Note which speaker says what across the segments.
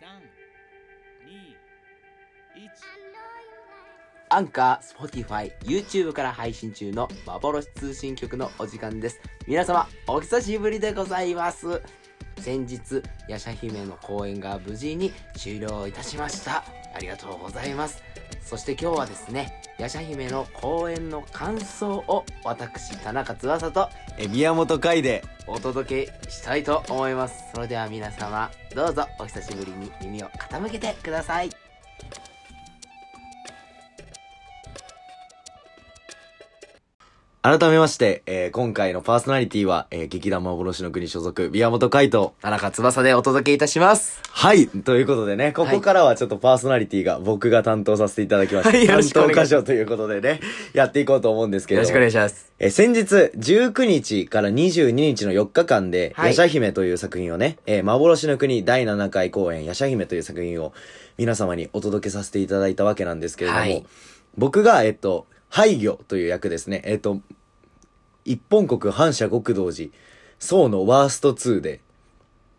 Speaker 1: 三、二、一。
Speaker 2: アンカー、スポティファイ、YouTube から配信中の幻通信局のお時間です。皆様、お久しぶりでございます。先日、ヤシャ姫の公演が無事に終了いたしました。ありがとうございます。そして今日はですね、ヤシャ姫の公演の感想を私、田中翼と
Speaker 3: え宮本海で
Speaker 2: お届けしたいと思います。それでは皆様、どうぞお久しぶりに耳を傾けてください。
Speaker 3: 改めまして、えー今回のパーソナリティは、えー劇団幻の国所属宮本海と
Speaker 2: 田中翼でお届けいたします。
Speaker 3: はいということでねここからはちょっとパーソナリティが僕が担当させていただきまして、
Speaker 2: はいよろしくお願い
Speaker 3: 担当歌唱ということでねやっていこうと思うんですけれども
Speaker 2: いします。
Speaker 3: えー先日19日から22日の4日間で、
Speaker 2: はい
Speaker 3: ヤシャ姫という作品をね、えー幻の国第7回公演ヤシャ姫という作品を皆様にお届けさせていただいたわけなんですけれども、
Speaker 2: はい
Speaker 3: 僕が、えっと、廃魚という役ですね。えっと、一本国反射極道寺、宋のワースト2で、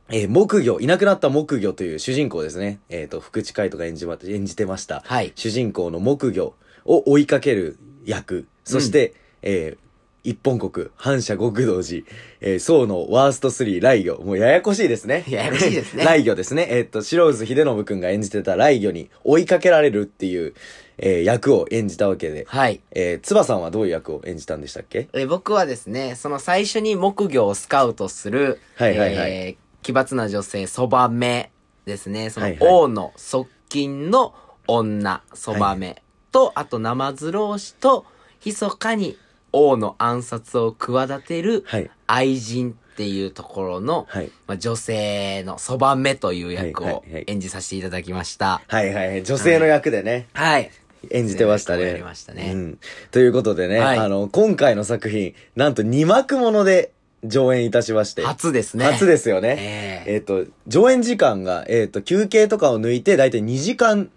Speaker 3: えー木魚、いなくなった木魚という主人公ですね。えっ、と、福地海とか演じま、演じてました。
Speaker 2: はい
Speaker 3: 主人公の木魚を追いかける役。そして、えー一本国、反射極道寺、えー、宋のワースト3、雷魚。もうややこしいですね。
Speaker 2: ややこしいですね
Speaker 3: 雷魚ですね。えーっと、白渦秀信くんが演じてた雷魚に追いかけられるっていう、えー役を演じたわけで。
Speaker 2: はい。
Speaker 3: えー、つばさんはどういう役を演じたんでしたっけ
Speaker 2: え僕はですね、その最初に木魚をスカウトする、
Speaker 3: はいはいはい
Speaker 2: えー奇抜な女性、そばめですね。その
Speaker 3: はいはい
Speaker 2: 王の側近の女、そばめと、あと生ずろうしと、密かに王の暗殺を企てる
Speaker 3: はい。
Speaker 2: 愛人っていうところの、
Speaker 3: はい。
Speaker 2: まあ、女性のそばめという役
Speaker 3: はいは
Speaker 2: を
Speaker 3: いはい
Speaker 2: 演じさせていただきました。
Speaker 3: はいはいはい。女性の役でね。
Speaker 2: はい。
Speaker 3: 演じてましたね。
Speaker 2: ねやりましたね
Speaker 3: うん。ということでね、
Speaker 2: はい
Speaker 3: あの、今回の作品、なんと2幕もので上演いたしまして。
Speaker 2: 初ですね。
Speaker 3: 初
Speaker 2: す
Speaker 3: ですよね。
Speaker 2: ね。
Speaker 3: えっ、と、上演時間が、えっ、と、休憩とかを抜いて、だいたい2時間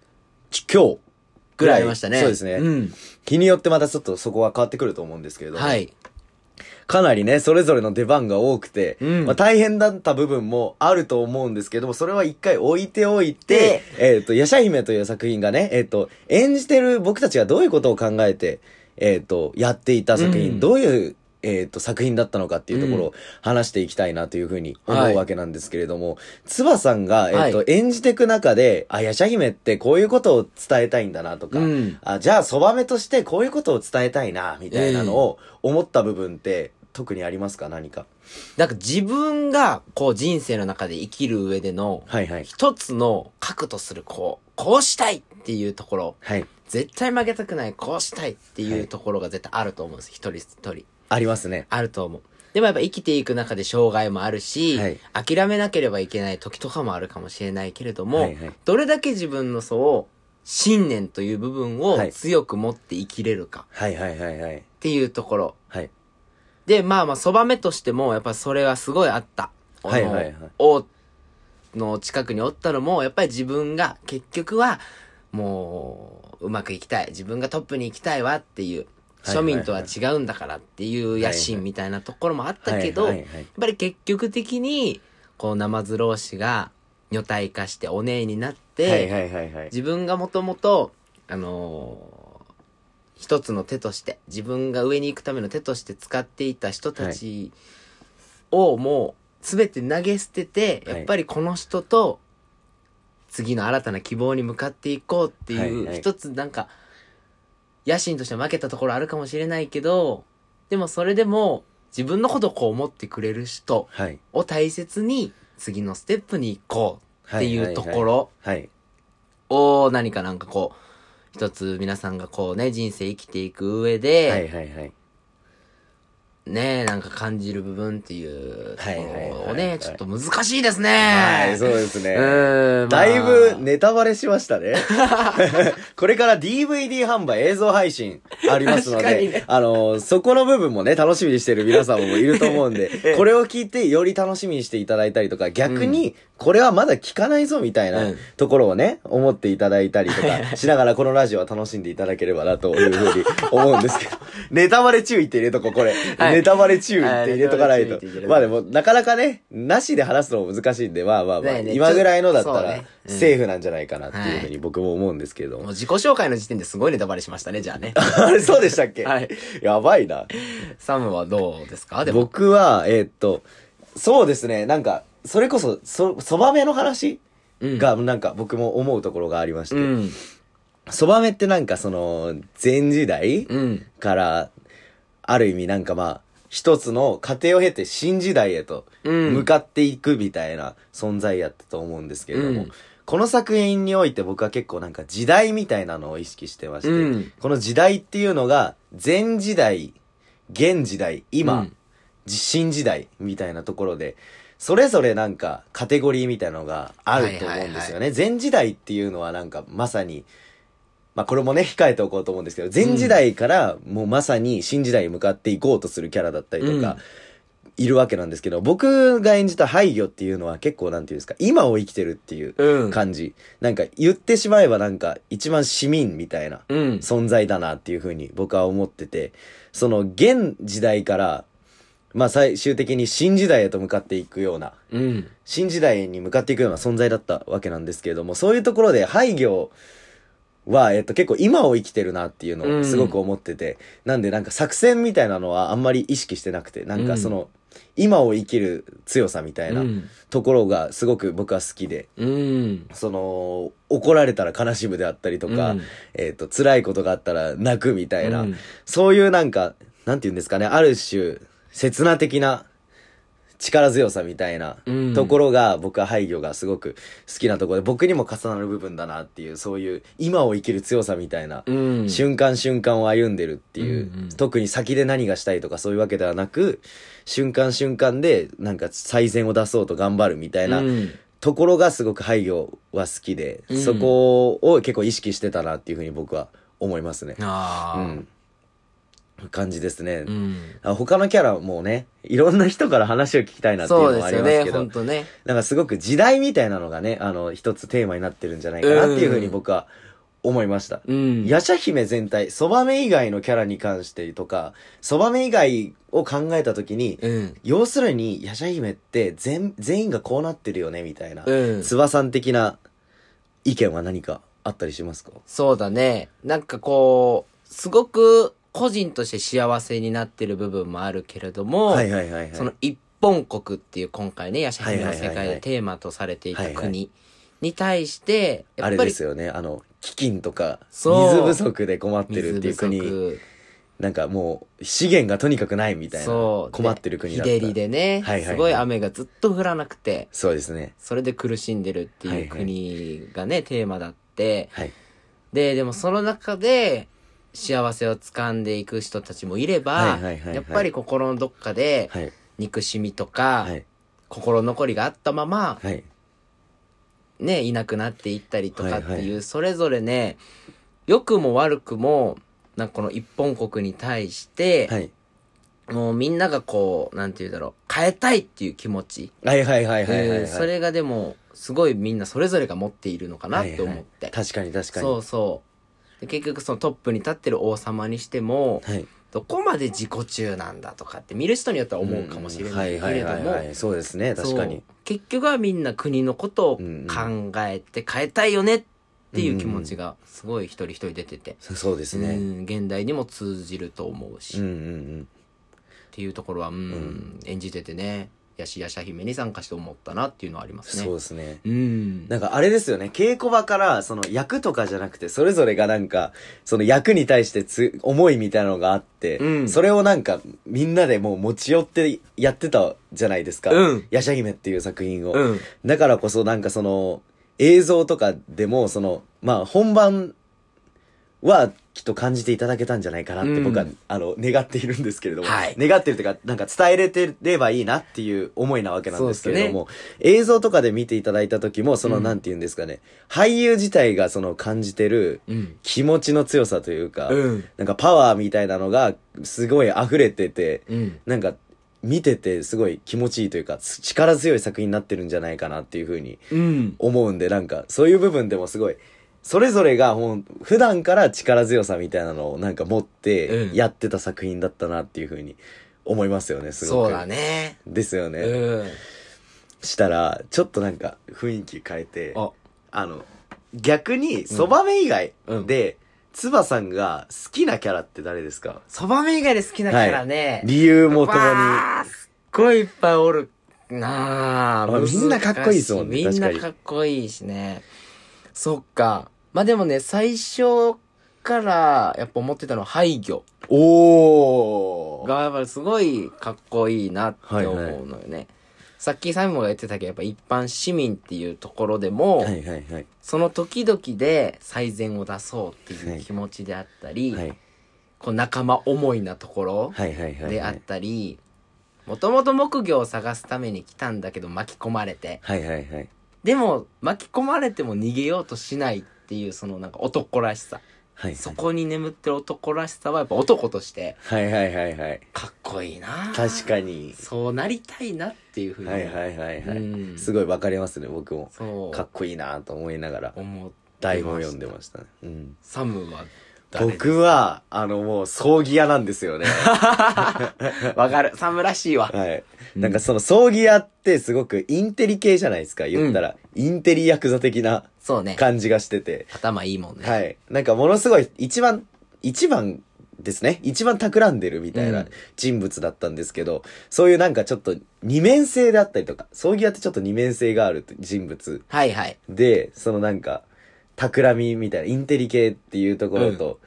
Speaker 3: ち今日
Speaker 2: ぐらいありましたね。
Speaker 3: そうですね。
Speaker 2: うん。
Speaker 3: 日によってまたちょっとそこは変わってくると思うんですけれども。
Speaker 2: はい。
Speaker 3: かなりね、それぞれの出番が多くて、
Speaker 2: うん
Speaker 3: まあ、大変だった部分もあると思うんですけども、それは一回置いておいて、えっ、と、ヤシャ姫という作品がね、えっ、と、演じてる僕たちがどういうことを考えて、えっ、と、やっていた作
Speaker 2: う
Speaker 3: 品、
Speaker 2: ん
Speaker 3: どういう、えっ、と、作品だったのかっていうところ
Speaker 2: う
Speaker 3: を話していきたいなというふうに
Speaker 2: は
Speaker 3: 思
Speaker 2: いう
Speaker 3: わけなんですけれども、つばさんが、えっ、と、
Speaker 2: は
Speaker 3: 演じていく中で、あ、ヤシャ姫ってこういうことを伝えたいんだなとか、
Speaker 2: うん
Speaker 3: あ、じゃあ、そばめとしてこういうことを伝えたいな、みたいなのを思った部分って、特にありますか何か。
Speaker 2: なんか自分がこう人生の中で生きる上での
Speaker 3: はいはい。
Speaker 2: 一つの核とするこう、こうしたいっていうところ、
Speaker 3: はい。
Speaker 2: 絶対負けたくない、こうしたいっていうところが絶対あると思うんです。一人一人。
Speaker 3: ありますね。
Speaker 2: あると思う。でもやっぱ生きていく中で障害もあるし、
Speaker 3: はい
Speaker 2: 諦めなければいけない時とかもあるかもしれないけれども、
Speaker 3: はいはい
Speaker 2: どれだけ自分のそう、信念という部分を
Speaker 3: はい
Speaker 2: 強く持って生きれるか
Speaker 3: はいはいはいはい。
Speaker 2: っていうところ。
Speaker 3: はい。
Speaker 2: で、まあまあ、そばめとしても、やっぱそれはすごいあった。
Speaker 3: はいはいはい
Speaker 2: あの王の近くにおったのも、やっぱり自分が結局は、もう、うまくいきたい。自分がトップに行きたいわっていう、
Speaker 3: はい
Speaker 2: 庶
Speaker 3: はいはい
Speaker 2: 民とは違うんだからっていう野心みたいなところもあったけ
Speaker 3: は
Speaker 2: ど、
Speaker 3: いは
Speaker 2: や
Speaker 3: い
Speaker 2: っ
Speaker 3: はい
Speaker 2: ぱり結局的に、こう、生ずろうしが女体化してお姉になって、
Speaker 3: はいはいはいはい。
Speaker 2: 自分がもともと、あのー一つの手として、自分が上に行くための手として使っていた人たちをもう全て投げ捨てて、
Speaker 3: はい
Speaker 2: やっぱりこの人と次の新たな希望に向かっていこうっていう、
Speaker 3: はいはい
Speaker 2: 一つなんか、野心として負けたところあるかもしれないけど、でもそれでも自分のことをこう思ってくれる人
Speaker 3: はい。
Speaker 2: を大切に次のステップに行こうっていうところ、
Speaker 3: はい。
Speaker 2: を何かなんかこう、一つ皆さんがこうね、人生生きていく上
Speaker 3: は
Speaker 2: で
Speaker 3: い、はいはい。
Speaker 2: ね、なんか感じる部分っていうところを
Speaker 3: はいはいはいはい
Speaker 2: ね、ちょっと難しいですね。
Speaker 3: はい、そうです
Speaker 2: う
Speaker 3: ね。
Speaker 2: ーん。まあ
Speaker 3: だいぶ、ネタバレしました ね。これから DVD 販売、映像配信ありますの
Speaker 2: 確か
Speaker 3: で、
Speaker 2: にね
Speaker 3: あの、そこの部分もね、楽しみにしてる皆さんもいると思うんで、これを聞いてより楽しみにしていただいたりとか、逆に、これはまだ聞かないぞみたいな
Speaker 2: うん
Speaker 3: ところをね、思っていただいたりとかしながら、この ラジオは楽しんでいただければなというふうに思うんですけど、ネタバレ注意って入れとこ、これ。
Speaker 2: はい
Speaker 3: ネタバレ注意って入れとかない
Speaker 2: はいネタバレ注意って入れとかない
Speaker 3: と。
Speaker 2: と
Speaker 3: まあでも、なかなかね、なしで話すのも難しいんで、まあまあまあ、
Speaker 2: ねえね
Speaker 3: 今ぐらいのだった
Speaker 2: そう
Speaker 3: ら
Speaker 2: ね、うん
Speaker 3: セーフなんじゃないかなっていうふうに僕も思うんですけれど
Speaker 2: もう
Speaker 3: も。
Speaker 2: 自己紹介の時点ですごいネタバレしましたね、じゃ あね。
Speaker 3: あれ、そうでしたっけ
Speaker 2: はい。
Speaker 3: やばいな。
Speaker 2: サムはどうですかでも。
Speaker 3: 僕は、えーっと、そうですね、なんか、それこそ、そ、そばめの話
Speaker 2: うん
Speaker 3: が、なんか僕も思うところがありまし
Speaker 2: う
Speaker 3: て、
Speaker 2: ん。
Speaker 3: そばめってなんかその、前時代
Speaker 2: うん。
Speaker 3: から、ある意味なんかまあ、一つの過程を経て新時代へと
Speaker 2: うん
Speaker 3: 向かっていくみたいな存在やったと思うんですけれども、
Speaker 2: うん
Speaker 3: この作品において僕は結構なんか時代みたいなのを意識してまして、
Speaker 2: うん
Speaker 3: この時代っていうのが前時代、現時代、今、
Speaker 2: うん
Speaker 3: じ新時代みたいなところで、それぞれなんかカテゴリーみたいなのがあると思うんですよね。前時代っていうのはなんかまさにまあこれもね、控えておこうと思うんですけど、前時代からもうまさに新時代に向かっていこうとするキャラだったりとか、いるわけなんですけど、僕が演じた廃魚っていうのは結構なんていうんですか、今を生きてるっていう
Speaker 2: うん。
Speaker 3: 感じ。なんか言ってしまえばなんか一番市民みたいな
Speaker 2: うん。
Speaker 3: 存在だなっていうふうに僕は思ってて、その現時代から、まあ最終的に新時代へと向かっていくような
Speaker 2: うん。
Speaker 3: 新時代に向かっていくような存在だったわけなんですけれども、そういうところで廃業は、えっと、結構今を生きてるなっていうのをすごく思ってて、なんでなんか作戦みたいなのはあんまり意識してなくて、なんかその、今を生きる強さみたいな
Speaker 2: うん
Speaker 3: ところがすごく僕は好きで、
Speaker 2: うん。
Speaker 3: その、怒られたら悲しむであったりとか、
Speaker 2: うん
Speaker 3: えっと、辛いことがあったら泣くみたいな、
Speaker 2: うん
Speaker 3: そういうなんか、なんて言うんですかね、ある種、刹那的な力強さみたいな
Speaker 2: うん
Speaker 3: ところが、僕は廃業がすごく好きなところで、僕にも重なる部分だなっていう、そういう今を生きる強さみたいな、
Speaker 2: うん。
Speaker 3: 瞬間瞬間を歩んでるっていう、
Speaker 2: うんうん
Speaker 3: 特に先で何がしたいとかそういうわけではなく、瞬間瞬間でなんか最善を出そうと頑張るみたいな、
Speaker 2: うん
Speaker 3: ところがすごく廃業は好きで、
Speaker 2: うん
Speaker 3: そこを結構意識してたなっていうふうに僕は思いますね。う
Speaker 2: あ
Speaker 3: ん。感じですね
Speaker 2: あ。う。ん。
Speaker 3: あ他のキャラもね、いろんな人から話を聞きたいなっていう
Speaker 2: そう
Speaker 3: の
Speaker 2: で
Speaker 3: もあ
Speaker 2: す
Speaker 3: り
Speaker 2: よ
Speaker 3: ます
Speaker 2: ね、
Speaker 3: けど、
Speaker 2: 本当ね。
Speaker 3: なんかすごく時代みたいなのがね、あの、一つテーマになってるんじゃないかなっていうふうに僕は思いました。
Speaker 2: うん。
Speaker 3: ヤシャ姫全体、そばめ以外のキャラに関してとか、そばめ以外を考えたときに、
Speaker 2: うん。
Speaker 3: 要するに、ヤシャ姫って全、全員がこうなってるよね、みたいな。
Speaker 2: うん。
Speaker 3: つばさん的な意見は何かあったりしますか
Speaker 2: そうだね。なんかこう、すごく個人として幸せになってる部分もあるけれども、
Speaker 3: はいはいはいはい。
Speaker 2: その一本国っていう今回ね、ヤシャ姫の世
Speaker 3: はいはい
Speaker 2: 界
Speaker 3: はいは
Speaker 2: で
Speaker 3: い
Speaker 2: テーマとされていた
Speaker 3: はいは
Speaker 2: 国に対して、
Speaker 3: あ
Speaker 2: やっ
Speaker 3: れ
Speaker 2: ぱ
Speaker 3: で
Speaker 2: り
Speaker 3: すよね。あの、飢饉とか、水
Speaker 2: そう
Speaker 3: 不足で困ってる
Speaker 2: 水
Speaker 3: ってい
Speaker 2: 不
Speaker 3: う国、
Speaker 2: 足、
Speaker 3: なんかもう、資源がとにかくないみたいな、
Speaker 2: そ
Speaker 3: 困
Speaker 2: う。
Speaker 3: ってる国だっ
Speaker 2: で
Speaker 3: た。
Speaker 2: 日照りでね、
Speaker 3: はいはいはい
Speaker 2: すごい雨がずっと降らなくて、
Speaker 3: そうですね。
Speaker 2: それで苦しんでるって
Speaker 3: はい
Speaker 2: い
Speaker 3: は
Speaker 2: う
Speaker 3: い
Speaker 2: 国がね、テーマだって、
Speaker 3: はい。
Speaker 2: で、でもその中で、幸せを掴んでいく人たちもいれば、
Speaker 3: はいはいはいはい
Speaker 2: やっぱり心のどっかで、
Speaker 3: はい。
Speaker 2: 憎しみとか、
Speaker 3: はい。
Speaker 2: 心残りがあったまま、
Speaker 3: はい。
Speaker 2: ね、いなくなっていったりとかっていう、
Speaker 3: はいは
Speaker 2: それぞれね、良くも悪くも、なんかこの一本国に対して、
Speaker 3: はい。
Speaker 2: もうみんながこう、なんて言うんだろう、変えたいっていう気持ち。
Speaker 3: はいはいはいはいはいは
Speaker 2: う
Speaker 3: い。
Speaker 2: んそれがでも、すごいみんなそれぞれが持っているのかなって思って。
Speaker 3: はいはい確かに確かに。
Speaker 2: そうそう。で結局そのトップに立ってる王様にしても、
Speaker 3: はい。
Speaker 2: どこまで自己中なんだとかって見る人によっては思うかもしれないけれど
Speaker 3: うんはいはい
Speaker 2: も
Speaker 3: はいはい。そうですね。確かに。
Speaker 2: そう結局はみんな国のことを考えて変えたいよねっていう気持ちがすごい一人一人出てて、
Speaker 3: そそうです
Speaker 2: う
Speaker 3: ね。
Speaker 2: ん現代にも通じると思うし、
Speaker 3: うんう
Speaker 2: っ
Speaker 3: んうん。
Speaker 2: ていうところは、うん演じててねやしやしゃ姫に参加して思ったなっていうのはありますね。
Speaker 3: そうですね。
Speaker 2: うん
Speaker 3: なんかあれですよね、稽古場から、その役とかじゃなくて、それぞれがなんか、その役に対してつ、思いみたいなのがあって、
Speaker 2: うん
Speaker 3: それをなんか、みんなでもう持ち寄ってやってたじゃないですか。
Speaker 2: うん
Speaker 3: ヤシャ姫っていう作品を。
Speaker 2: うん
Speaker 3: だからこそなんかその、映像とかでも、その、まあ本番はきっと感じていただけたんじゃないかなって僕は、
Speaker 2: うん
Speaker 3: あの、願っているんですけれども、
Speaker 2: はい
Speaker 3: 願ってるというか、なんか伝えれてればいいなっていう思いなわけなんですけれども、映像とかで見ていただいた時も、その、
Speaker 2: うん
Speaker 3: なんて言うんですかね、俳優自体がその感じてる
Speaker 2: うん
Speaker 3: 気持ちの強さというか、
Speaker 2: うん
Speaker 3: なんかパワーみたいなのがすごい溢れてて、
Speaker 2: うん
Speaker 3: なんか、見ててすごい気持ちいいというか、つ力強い作品になってるんじゃないかなっていうふうに
Speaker 2: うん
Speaker 3: 思うんで、なんか、そういう部分でもすごい、それぞれがもう、普段から力強さみたいなのをなんか持って
Speaker 2: うん
Speaker 3: やってた作品だったなっていうふうに思いますよね、すご
Speaker 2: そ
Speaker 3: く。
Speaker 2: うだ。ね。
Speaker 3: ですよね。
Speaker 2: うん。
Speaker 3: したら、ちょっとなんか雰囲気変えて、
Speaker 2: あ、
Speaker 3: あの、逆に、そばめ以外
Speaker 2: うん
Speaker 3: で、つばさんが好きなキャラって誰ですか
Speaker 2: そばめ以外で好きなキャラね。
Speaker 3: 理由もともに。
Speaker 2: わあすっごいいっぱいおるなあ
Speaker 3: まあみんなかっこいいですもんね
Speaker 2: 難しいみん
Speaker 3: 確
Speaker 2: な
Speaker 3: か
Speaker 2: かっこいいしねそっかまあでもね最初からやっぱ思ってたのは廃魚
Speaker 3: おー
Speaker 2: がやっぱりすごいかっこいいなって思うのよね、さっきサイモンが言ってたけどやっぱ一般市民っていうところでも、
Speaker 3: はいはいはい。
Speaker 2: その時々で最善を出そうっていう気持ちであったり、
Speaker 3: はい
Speaker 2: こう仲間思いなところ、
Speaker 3: はいはいはい。
Speaker 2: であったり、もともと木魚を探すために来たんだけど巻き込まれて。
Speaker 3: はいはいはい。
Speaker 2: でも巻き込まれても逃げようとしないっていうそのなんか男らしさ。
Speaker 3: はい。
Speaker 2: そこに眠ってる男らしさはやっぱ男として
Speaker 3: はいはいはいはい。
Speaker 2: かっこいいな
Speaker 3: 確かに。
Speaker 2: そうなりたいなっていうふうに。
Speaker 3: はいはいはいは
Speaker 2: う
Speaker 3: い。
Speaker 2: ん
Speaker 3: すごいわかりますね、僕も。
Speaker 2: そ
Speaker 3: かっ
Speaker 2: う。
Speaker 3: こいいなと思いながら、
Speaker 2: 思って。
Speaker 3: 台本読んでましたね。うん。
Speaker 2: サムは誰です
Speaker 3: 僕は、あのもう、葬儀屋なんです よね。
Speaker 2: わかる。サムらしいわ。
Speaker 3: はい。なんかその葬儀屋ってすごくインテリ系じゃないですか。言ったら、インテリヤクザ的な
Speaker 2: そうね。
Speaker 3: 感じがしてて。
Speaker 2: 頭いいもんね。
Speaker 3: はい。なんかものすごい一番、一番ですね。一番企んでるみたいうなん人物だったんですけど、そういうなんかちょっと二面性であったりとか、葬儀屋ってちょっと二面性がある人物
Speaker 2: はいはい。
Speaker 3: で、そのなんか、企みみたいな、インテリ系っていうところと、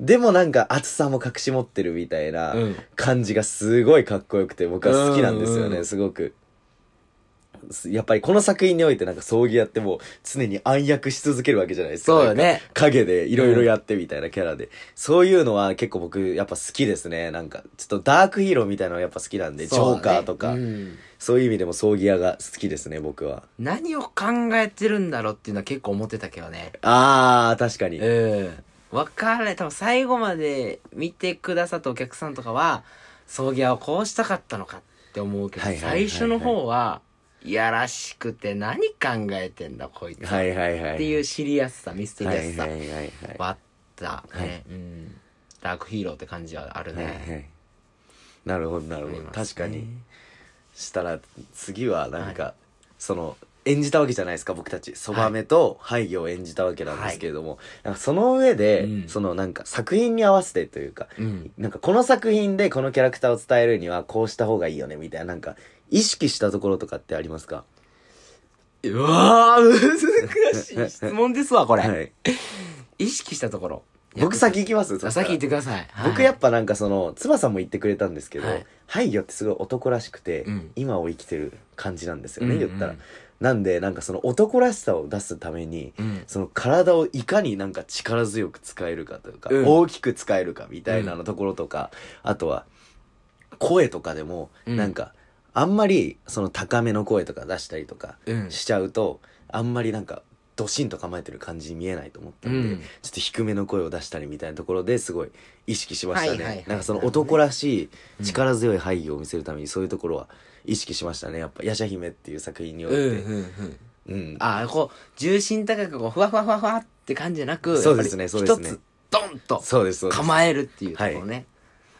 Speaker 3: でもなんか熱さも隠し持ってるみたいな、
Speaker 2: うん。
Speaker 3: 感じがすごいかっこよくて僕は好きなんですよ
Speaker 2: うんう
Speaker 3: ね
Speaker 2: ん
Speaker 3: すごくすやっぱりこの作品においてなんか葬儀屋ってもう常に暗躍し続けるわけじゃないですか
Speaker 2: そうよね
Speaker 3: なんか影でいろいろやってみたいなキャラで、そういうのは結構僕やっぱ好きですねなんかちょっとダークヒーローみたいなのやっぱ好きなんで、ジ
Speaker 2: そうだ
Speaker 3: ョ
Speaker 2: ね
Speaker 3: ーカーとか、
Speaker 2: うん
Speaker 3: そういう意味でも葬儀屋が好きですね僕は
Speaker 2: 何を考えてるんだろうっていうのは結構思ってたけどね。
Speaker 3: あー確かに、
Speaker 2: うん。わかんない。多分最後まで見てくださったお客さんとかは、葬儀屋をこうしたかったのかって思うけど、
Speaker 3: はいはいはいは
Speaker 2: 最
Speaker 3: い
Speaker 2: 初の方は、いやらしくて何考えてんだこいつ。
Speaker 3: はいはいはい
Speaker 2: っていうシリアスさ、ミステリ
Speaker 3: はい
Speaker 2: ア
Speaker 3: は
Speaker 2: ス
Speaker 3: い
Speaker 2: さ
Speaker 3: はいはい
Speaker 2: はあったね。うん。ダークヒーローって感じはある
Speaker 3: はいは
Speaker 2: ね。
Speaker 3: いなるほどなるほ
Speaker 2: あ
Speaker 3: ど、
Speaker 2: ります
Speaker 3: 確かに
Speaker 2: ね
Speaker 3: したら次はなんか、その演じたわけじゃないですか僕たちそばめと廃業を演じたわけなんですけれども、なんかその上で、
Speaker 2: うん
Speaker 3: そのなんか作品に合わせてというか
Speaker 2: うん。
Speaker 3: なんかこの作品でこのキャラクターを伝えるにはこうした方がいいよねみたいななんか意識したところとかってありますか
Speaker 2: うわー、 難しい質問ですわ、これ。
Speaker 3: はい
Speaker 2: 意識したところ。
Speaker 3: 僕先行きますそ
Speaker 2: あ
Speaker 3: したら
Speaker 2: 先言ってください。
Speaker 3: 僕やっぱなんかそのつばさんも言ってくれたんですけど、
Speaker 2: はい
Speaker 3: 廃業ってすごい男らしくて、
Speaker 2: うん
Speaker 3: 今を生きてる感じなんですよね、
Speaker 2: うんうん
Speaker 3: 言ったらなんでなんかその男らしさを出すために、
Speaker 2: うん
Speaker 3: その体をいかになんか力強く使えるかというか、
Speaker 2: うん
Speaker 3: 大きく使えるかみたいなのところとか、あとは声とかでも
Speaker 2: うん
Speaker 3: なんか、あんまりその高めの声とか出したりとか
Speaker 2: うん
Speaker 3: しちゃうと、あんまりなんかドシンと構えてる感じに見えないと思ったんで、
Speaker 2: うん
Speaker 3: ちょっと低めの声を出したりみたいなところですごい意識しました
Speaker 2: は
Speaker 3: ね、
Speaker 2: いはいはい
Speaker 3: なんかその男らしい力強い俳優を見せるためにそういうところは意識しましたねやっぱ「夜叉姫」っていう作品において、
Speaker 2: うんうんうん。
Speaker 3: うん
Speaker 2: ああ、こう、重心高く、こう、ふわふわふわふわって感じじゃなく、
Speaker 3: そうですね
Speaker 2: やっぱり
Speaker 3: そうです
Speaker 2: 一
Speaker 3: ね
Speaker 2: つ、ドンと
Speaker 3: そうですそうです
Speaker 2: 構えるっていうところね。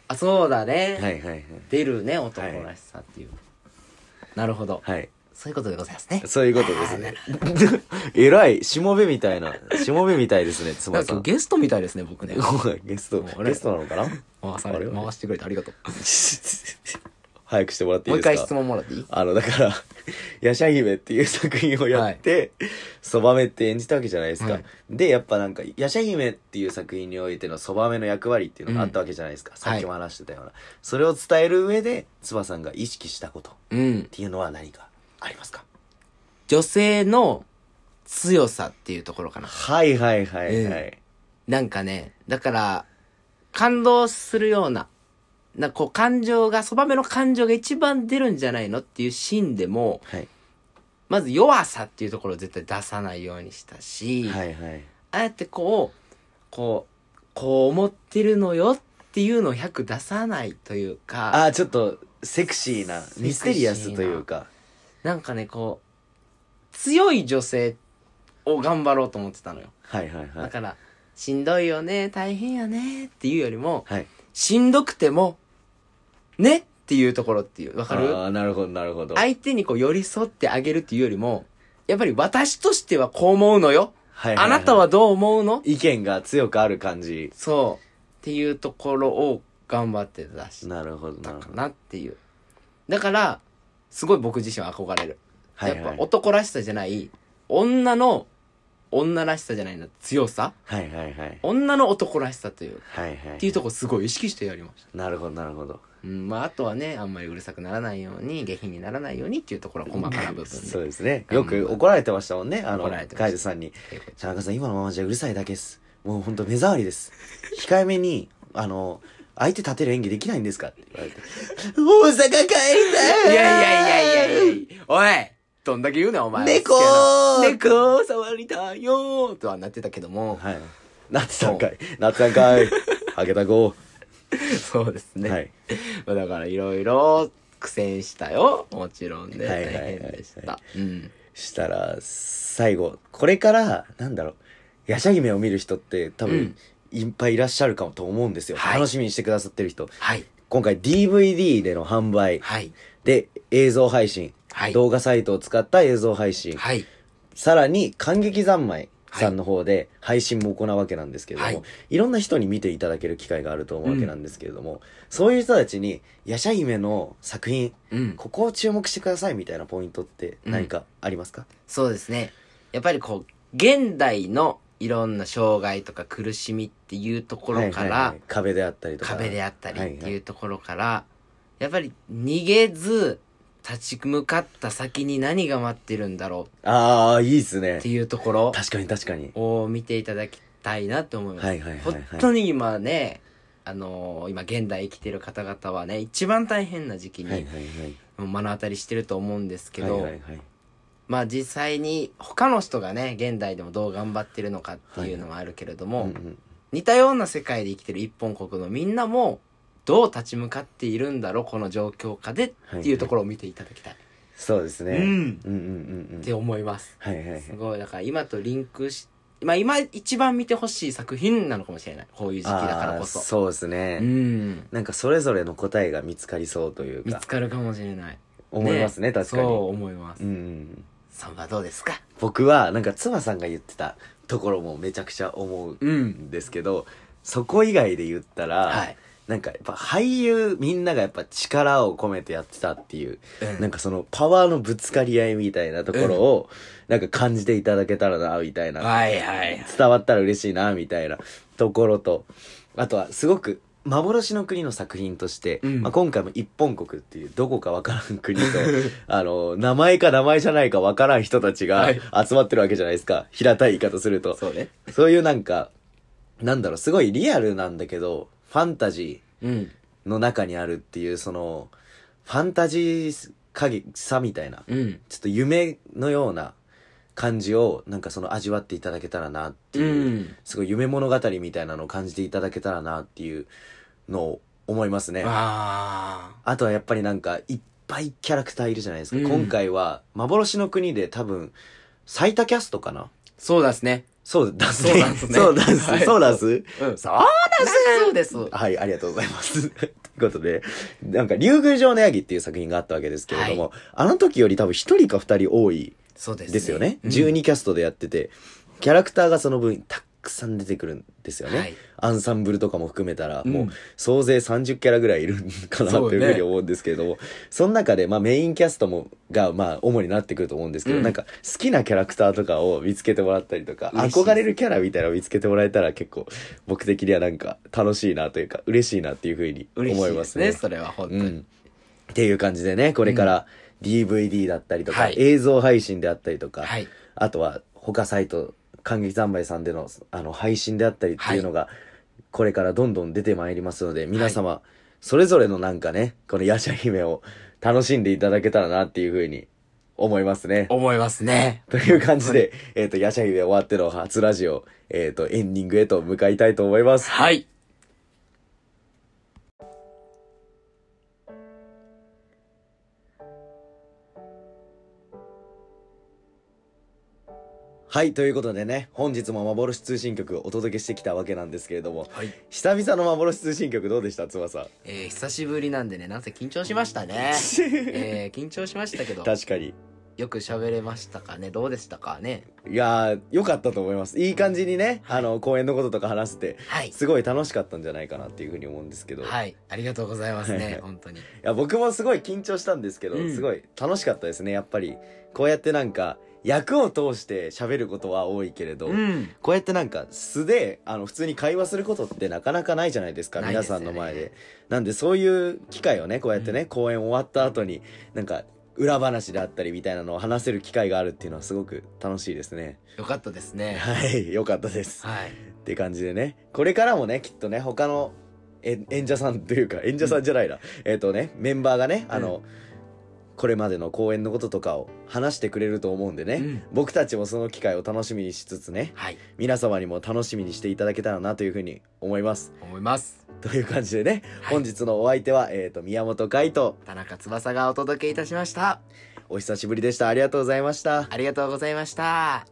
Speaker 2: あ、そうだね。
Speaker 3: はいはいはい
Speaker 2: 出るね、男らしさっていう。なるほど。
Speaker 3: はい
Speaker 2: そういうことでございますね。
Speaker 3: そういうことですね。 えらい、しもべみたいな、しもべみたいですね、つ
Speaker 2: な
Speaker 3: ま
Speaker 2: んか
Speaker 3: さ
Speaker 2: 今
Speaker 3: ん。
Speaker 2: 日ゲストみたいですね、僕 ね。
Speaker 3: ゲスト、
Speaker 2: もうあれ
Speaker 3: ゲストなのかな
Speaker 2: 回される
Speaker 3: あれ
Speaker 2: 回してくれてありがとう。
Speaker 3: 早くしてもらってい
Speaker 2: も
Speaker 3: いうで
Speaker 2: 一
Speaker 3: すか
Speaker 2: 回質問もらっていい
Speaker 3: あの、だから、ヤシャ姫っていう作品をやって、そばめって演じたわけじゃないですか。
Speaker 2: はい
Speaker 3: で、やっぱなんか、ヤシャ姫っていう作品においてのそばめの役割っていうのがあったわけじゃないですか。さっきも話してたような。それを伝える上で、つばさんが意識したことっ
Speaker 2: うん。
Speaker 3: ていうのは何かありますか
Speaker 2: 女性の強さっていうところかな。
Speaker 3: はいはいはいはい。
Speaker 2: えなんかね、だから、感動するような、なんかこう感情が、そばめの感情が一番出るんじゃないのっていうシーンでも、
Speaker 3: はい。
Speaker 2: まず弱さっていうところを絶対出さないようにしたし、
Speaker 3: はいはい。
Speaker 2: ああやってこう、こう、こう思ってるのよっていうのを100出さないというか、
Speaker 3: あーちょっとセクシーな
Speaker 2: セクシーな
Speaker 3: ミステリアスというか
Speaker 2: なんかね、こう、強い女性を頑張ろうと思ってたのよ。
Speaker 3: はいはいは
Speaker 2: だ
Speaker 3: い
Speaker 2: から、しんどいよね、大変よねっていうよりも、
Speaker 3: はい
Speaker 2: しんどくても、ねっていうところっていう。わかる
Speaker 3: ああ、なるほど、なるほど。はい
Speaker 2: 相手にこう寄り添ってあげるっていうよりも、やっぱり私としてはこう思うのよ。
Speaker 3: はい
Speaker 2: あなたはどう思うの
Speaker 3: 意見が強くある感じ。
Speaker 2: そう。っていうところを頑張って出し
Speaker 3: なるほど、な
Speaker 2: た
Speaker 3: るほ
Speaker 2: か
Speaker 3: ど。
Speaker 2: なっていう。だから、すごい僕自身は憧れる。
Speaker 3: はいはい
Speaker 2: やっぱ男らしさじゃない、女の女らしさじゃないな、強さ
Speaker 3: はいはいはい。
Speaker 2: 女の男らしさという。
Speaker 3: はいは
Speaker 2: っていう
Speaker 3: い。
Speaker 2: とこすごい意識してやりました。
Speaker 3: なるほど、なるほど。
Speaker 2: うん、まああとはね、あんまりうるさくならないように、下品にならないようにっていうところは細かな部分で。
Speaker 3: そうですね。よく怒られてましたもんね。あの
Speaker 2: 怒られ、てました
Speaker 3: カイドさんに。
Speaker 2: っていうこと
Speaker 3: 田中さん、今のままじゃうるさいだけです。もうほんと目障りです。控えめに、あの、相手立てる演技できないんですかって言われ て。大阪帰りたい
Speaker 2: いやいやいやいやいやおいどんだけ言うな、お前。
Speaker 3: 猫
Speaker 2: 猫触りたいよーとはなってたけども。
Speaker 3: はい。夏さん かい。夏さんかい。あげたご。
Speaker 2: そうですね。
Speaker 3: はい。
Speaker 2: まあだからいろいろ苦戦したよ。もちろんね。
Speaker 3: は
Speaker 2: 大
Speaker 3: いはいはいはい
Speaker 2: 変でした。うん。
Speaker 3: したら、最後、これから、なんだろう、ヤシャ姫を見る人って多分、いっぱいいらっしゃるかもと思うんですよ。
Speaker 2: はい
Speaker 3: 楽しみにしてくださってる人。
Speaker 2: はい。
Speaker 3: 今回 DVD での販売。
Speaker 2: はい。
Speaker 3: で、映像配信。
Speaker 2: はい
Speaker 3: 動画サイトを使った映像配信。
Speaker 2: はい。
Speaker 3: さらに、感激三昧さんの方で配信も行うわけなんですけれども、
Speaker 2: はい
Speaker 3: い、ろんな人に見ていただける機会があると思うわけなんですけれども、そういう人たちに、ヤシャ姫の作品、
Speaker 2: うん。
Speaker 3: ここを注目してくださいみたいなポイントって何かありますか、
Speaker 2: そうですね。やっぱりこう、現代のいろんな障害とか苦しみっていうところから、
Speaker 3: はいはいはい壁であったりとか
Speaker 2: 壁であったりって
Speaker 3: はい
Speaker 2: い
Speaker 3: は
Speaker 2: うところから、やっぱり逃げず立ち向かった先に何が待ってるんだろ
Speaker 3: ああいいっす
Speaker 2: う
Speaker 3: ね
Speaker 2: っていうところ
Speaker 3: 確かに確かに
Speaker 2: を見ていただきたいなと思います。
Speaker 3: はいはいはいはい
Speaker 2: 本当に今ね、あのー今現代生きてる方々はね、一番大変な時期
Speaker 3: はい
Speaker 2: に
Speaker 3: はいはい
Speaker 2: もう目の当たりしてると思うんですけど、
Speaker 3: はいはいはい
Speaker 2: まあ実際に他の人がね、現代でもどう頑張ってるのかっていうのもあるけれども、
Speaker 3: うんうん
Speaker 2: 似たような世界で生きてる一本国のみんなもどう立ち向かっているんだろうこの状況下で
Speaker 3: はい
Speaker 2: っていうところを見ていただきたい、
Speaker 3: そうですね、
Speaker 2: うん
Speaker 3: うんうんうんうん
Speaker 2: って思います、
Speaker 3: はいはいはい
Speaker 2: すごいだから今とリンクし、まあ、今一番見てほしい作品なのかもしれないこういう時期だからこ
Speaker 3: あー
Speaker 2: そ
Speaker 3: そうですね、
Speaker 2: うん
Speaker 3: なんかそれぞれの答えが見つかりそうという
Speaker 2: 見
Speaker 3: か
Speaker 2: つかるかもしれない
Speaker 3: 思いますね確かに
Speaker 2: そう思います、
Speaker 3: うんうん
Speaker 2: さんはどうですか
Speaker 3: 僕はなんか妻さんが言ってたところもめちゃくちゃ思う
Speaker 2: うん
Speaker 3: んですけど、そこ以外で言ったら、
Speaker 2: はい
Speaker 3: なんかやっぱ俳優みんながやっぱ力を込めてやってたっていう、
Speaker 2: うん
Speaker 3: なんかそのパワーのぶつかり合いみたいなところを、なんか感じていただけたらな、みたいな。
Speaker 2: はいはい
Speaker 3: 伝わったら嬉しいな、みたいなところと、あとはすごく、幻の国の作品として、
Speaker 2: うん
Speaker 3: まあ、今回も一本国っていうどこかわからん国 と、あの、名前か名前じゃないかわからん人たちが
Speaker 2: はい
Speaker 3: 集まってるわけじゃないですか。平たい言い方すると。
Speaker 2: そうね
Speaker 3: そういうなんか、なんだろう、すごいリアルなんだけど、ファンタジ
Speaker 2: うん
Speaker 3: ーの中にあるっていう、その、ファンタジー影さみたいな、
Speaker 2: うん
Speaker 3: ちょっと夢のような感じを、なんかその味わっていただけたらなって
Speaker 2: う
Speaker 3: いう、
Speaker 2: ん
Speaker 3: すごい夢物語みたいなのを感じていただけたらなっていうのを思いますね。
Speaker 2: ああ
Speaker 3: あとはやっぱりなんか、いっぱいキャラクターいるじゃないですか。
Speaker 2: うん
Speaker 3: 今回は、幻の国で多分、最多キャストかな
Speaker 2: そうですね
Speaker 3: そうだす
Speaker 2: そうだっすね
Speaker 3: そうだっす
Speaker 2: はい
Speaker 3: そうだっす
Speaker 2: うん
Speaker 3: そう
Speaker 2: そうです
Speaker 3: はい、ありがとうございます。 ということで、なんか、竜宮城のヤギっていう作品があったわけですけれども、あの時より多分一人か二人多い
Speaker 2: そうです
Speaker 3: ですよね。
Speaker 2: うん
Speaker 3: 12キャストでやってて、キャラクターがその分たくさん出てくるんですよね。
Speaker 2: はい
Speaker 3: アンサンブルとかも含めたら、
Speaker 2: うん
Speaker 3: もう総勢30キャラぐらいいるんかな
Speaker 2: そう
Speaker 3: と
Speaker 2: ね
Speaker 3: いうふうに思うんですけれども、その中で、まあメインキャストも、が、まあ主になってくると思うんですけど、
Speaker 2: うん
Speaker 3: なんか好きなキャラクターとかを見つけてもらったりとか、
Speaker 2: 嬉しい
Speaker 3: 憧れるキャラみたいなのを見つけてもらえたら結構、僕的にはなんか楽しいなというか、嬉しいなっていうふうに思いますね。
Speaker 2: 嬉しいですそれは本当
Speaker 3: う
Speaker 2: に。
Speaker 3: ん。っていう感じでね、これから DVD だったりとか、
Speaker 2: はい
Speaker 3: 映像配信であったりとか、
Speaker 2: はい。
Speaker 3: あとは他サイト、感激三昧さんでのあの配信であったりっていうのが、これからどんどん出てまいりますので、皆様、それぞれのなんかね、このヤシャ姫を楽しんでいただけたらなっていうふうに思いますね。
Speaker 2: 思いますね。
Speaker 3: という感じで、えっ、と、ヤシャ姫終わっての初ラジオ、えっ、と、エンディングへと向かいたいと思います。
Speaker 2: はい。
Speaker 3: はい、ということでね、本日も幻通信局をお届けしてきたわけなんですけれども、
Speaker 2: はい
Speaker 3: 久々の幻通信局どうでした翼。
Speaker 2: えー、久しぶりなんでね、なんせ緊張しました ね。えー、緊張しましたけど、
Speaker 3: 確かに。
Speaker 2: よく喋れましたかねどうでしたかね
Speaker 3: いやー、良かったと思います。いい感じにね、あの、公演のこととか話せて、
Speaker 2: はい。
Speaker 3: すごい楽しかったんじゃないかなっていうふうに思うんですけど、い、
Speaker 2: はい。ありがとうございます
Speaker 3: はい
Speaker 2: ね、本当に。
Speaker 3: や僕もすごい緊張したんですけど、
Speaker 2: うん
Speaker 3: すごい楽しかったですね、やっぱり。こうやってなんか、役を通して喋ることは多いけれど、
Speaker 2: うん。
Speaker 3: こうやってなんか素で、あの、普通に会話することってなかなかないじゃないですか、
Speaker 2: ないで
Speaker 3: 皆
Speaker 2: すよ
Speaker 3: さ
Speaker 2: ね
Speaker 3: んの前で。なんでそういう機会をね、こうやってね、公演終わった後に、なんか、裏話であったりみたいなのを話せる機会があるっていうのはすごく楽しいですね。
Speaker 2: よかったですね。
Speaker 3: はい、良かったです。
Speaker 2: はい。
Speaker 3: って感じでね、これからもね、きっとね、他のえ演者さんというか、演者さんじゃないな、えっとね、メンバーがね、あの、これまでの公演のこととかを話してくれると思うんでね、
Speaker 2: うん
Speaker 3: 僕たちもその機会を楽しみにしつつね、
Speaker 2: はい。
Speaker 3: 皆様にも楽しみにしていただけたらなというふうに思います。
Speaker 2: 思います。
Speaker 3: という感じでね、本日のお相手は、えっ、と、宮本海斗、
Speaker 2: 田中翼がお届けいたしました。
Speaker 3: お久しぶりでした。ありがとうございました。
Speaker 2: ありがとうございました。